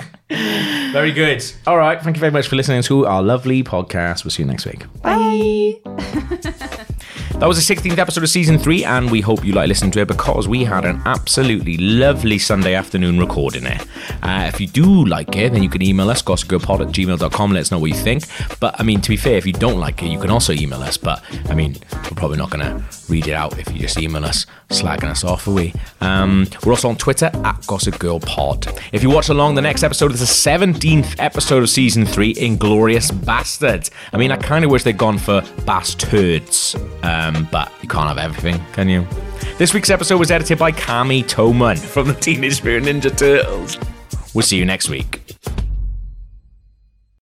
Speaker 1: <laughs> very good. All right. Thank you very much for listening to our lovely podcast. We'll see you next week.
Speaker 3: Bye.
Speaker 1: That was the 16th episode of season three, and we hope you like listening to it because we had an absolutely lovely Sunday afternoon recording it. Uh, if you do like it, then you can email us, gossipgirlpod at gmail.com. Let us know what you think. But I mean, to be fair, if you don't like it, you can also email us. But I mean, we're probably not going to read it out if you just email us, slagging us off, are we? Um, we're also on Twitter at Gossip Girl Pod. If you watch along, the next episode is the 17th episode of season three, Inglorious Bastards. I mean, I kind of wish they'd gone for bastards, um, but you can't have everything, can you? This week's episode was edited by Kami Toman from the Teenage Mutant Ninja Turtles. We'll see you next week.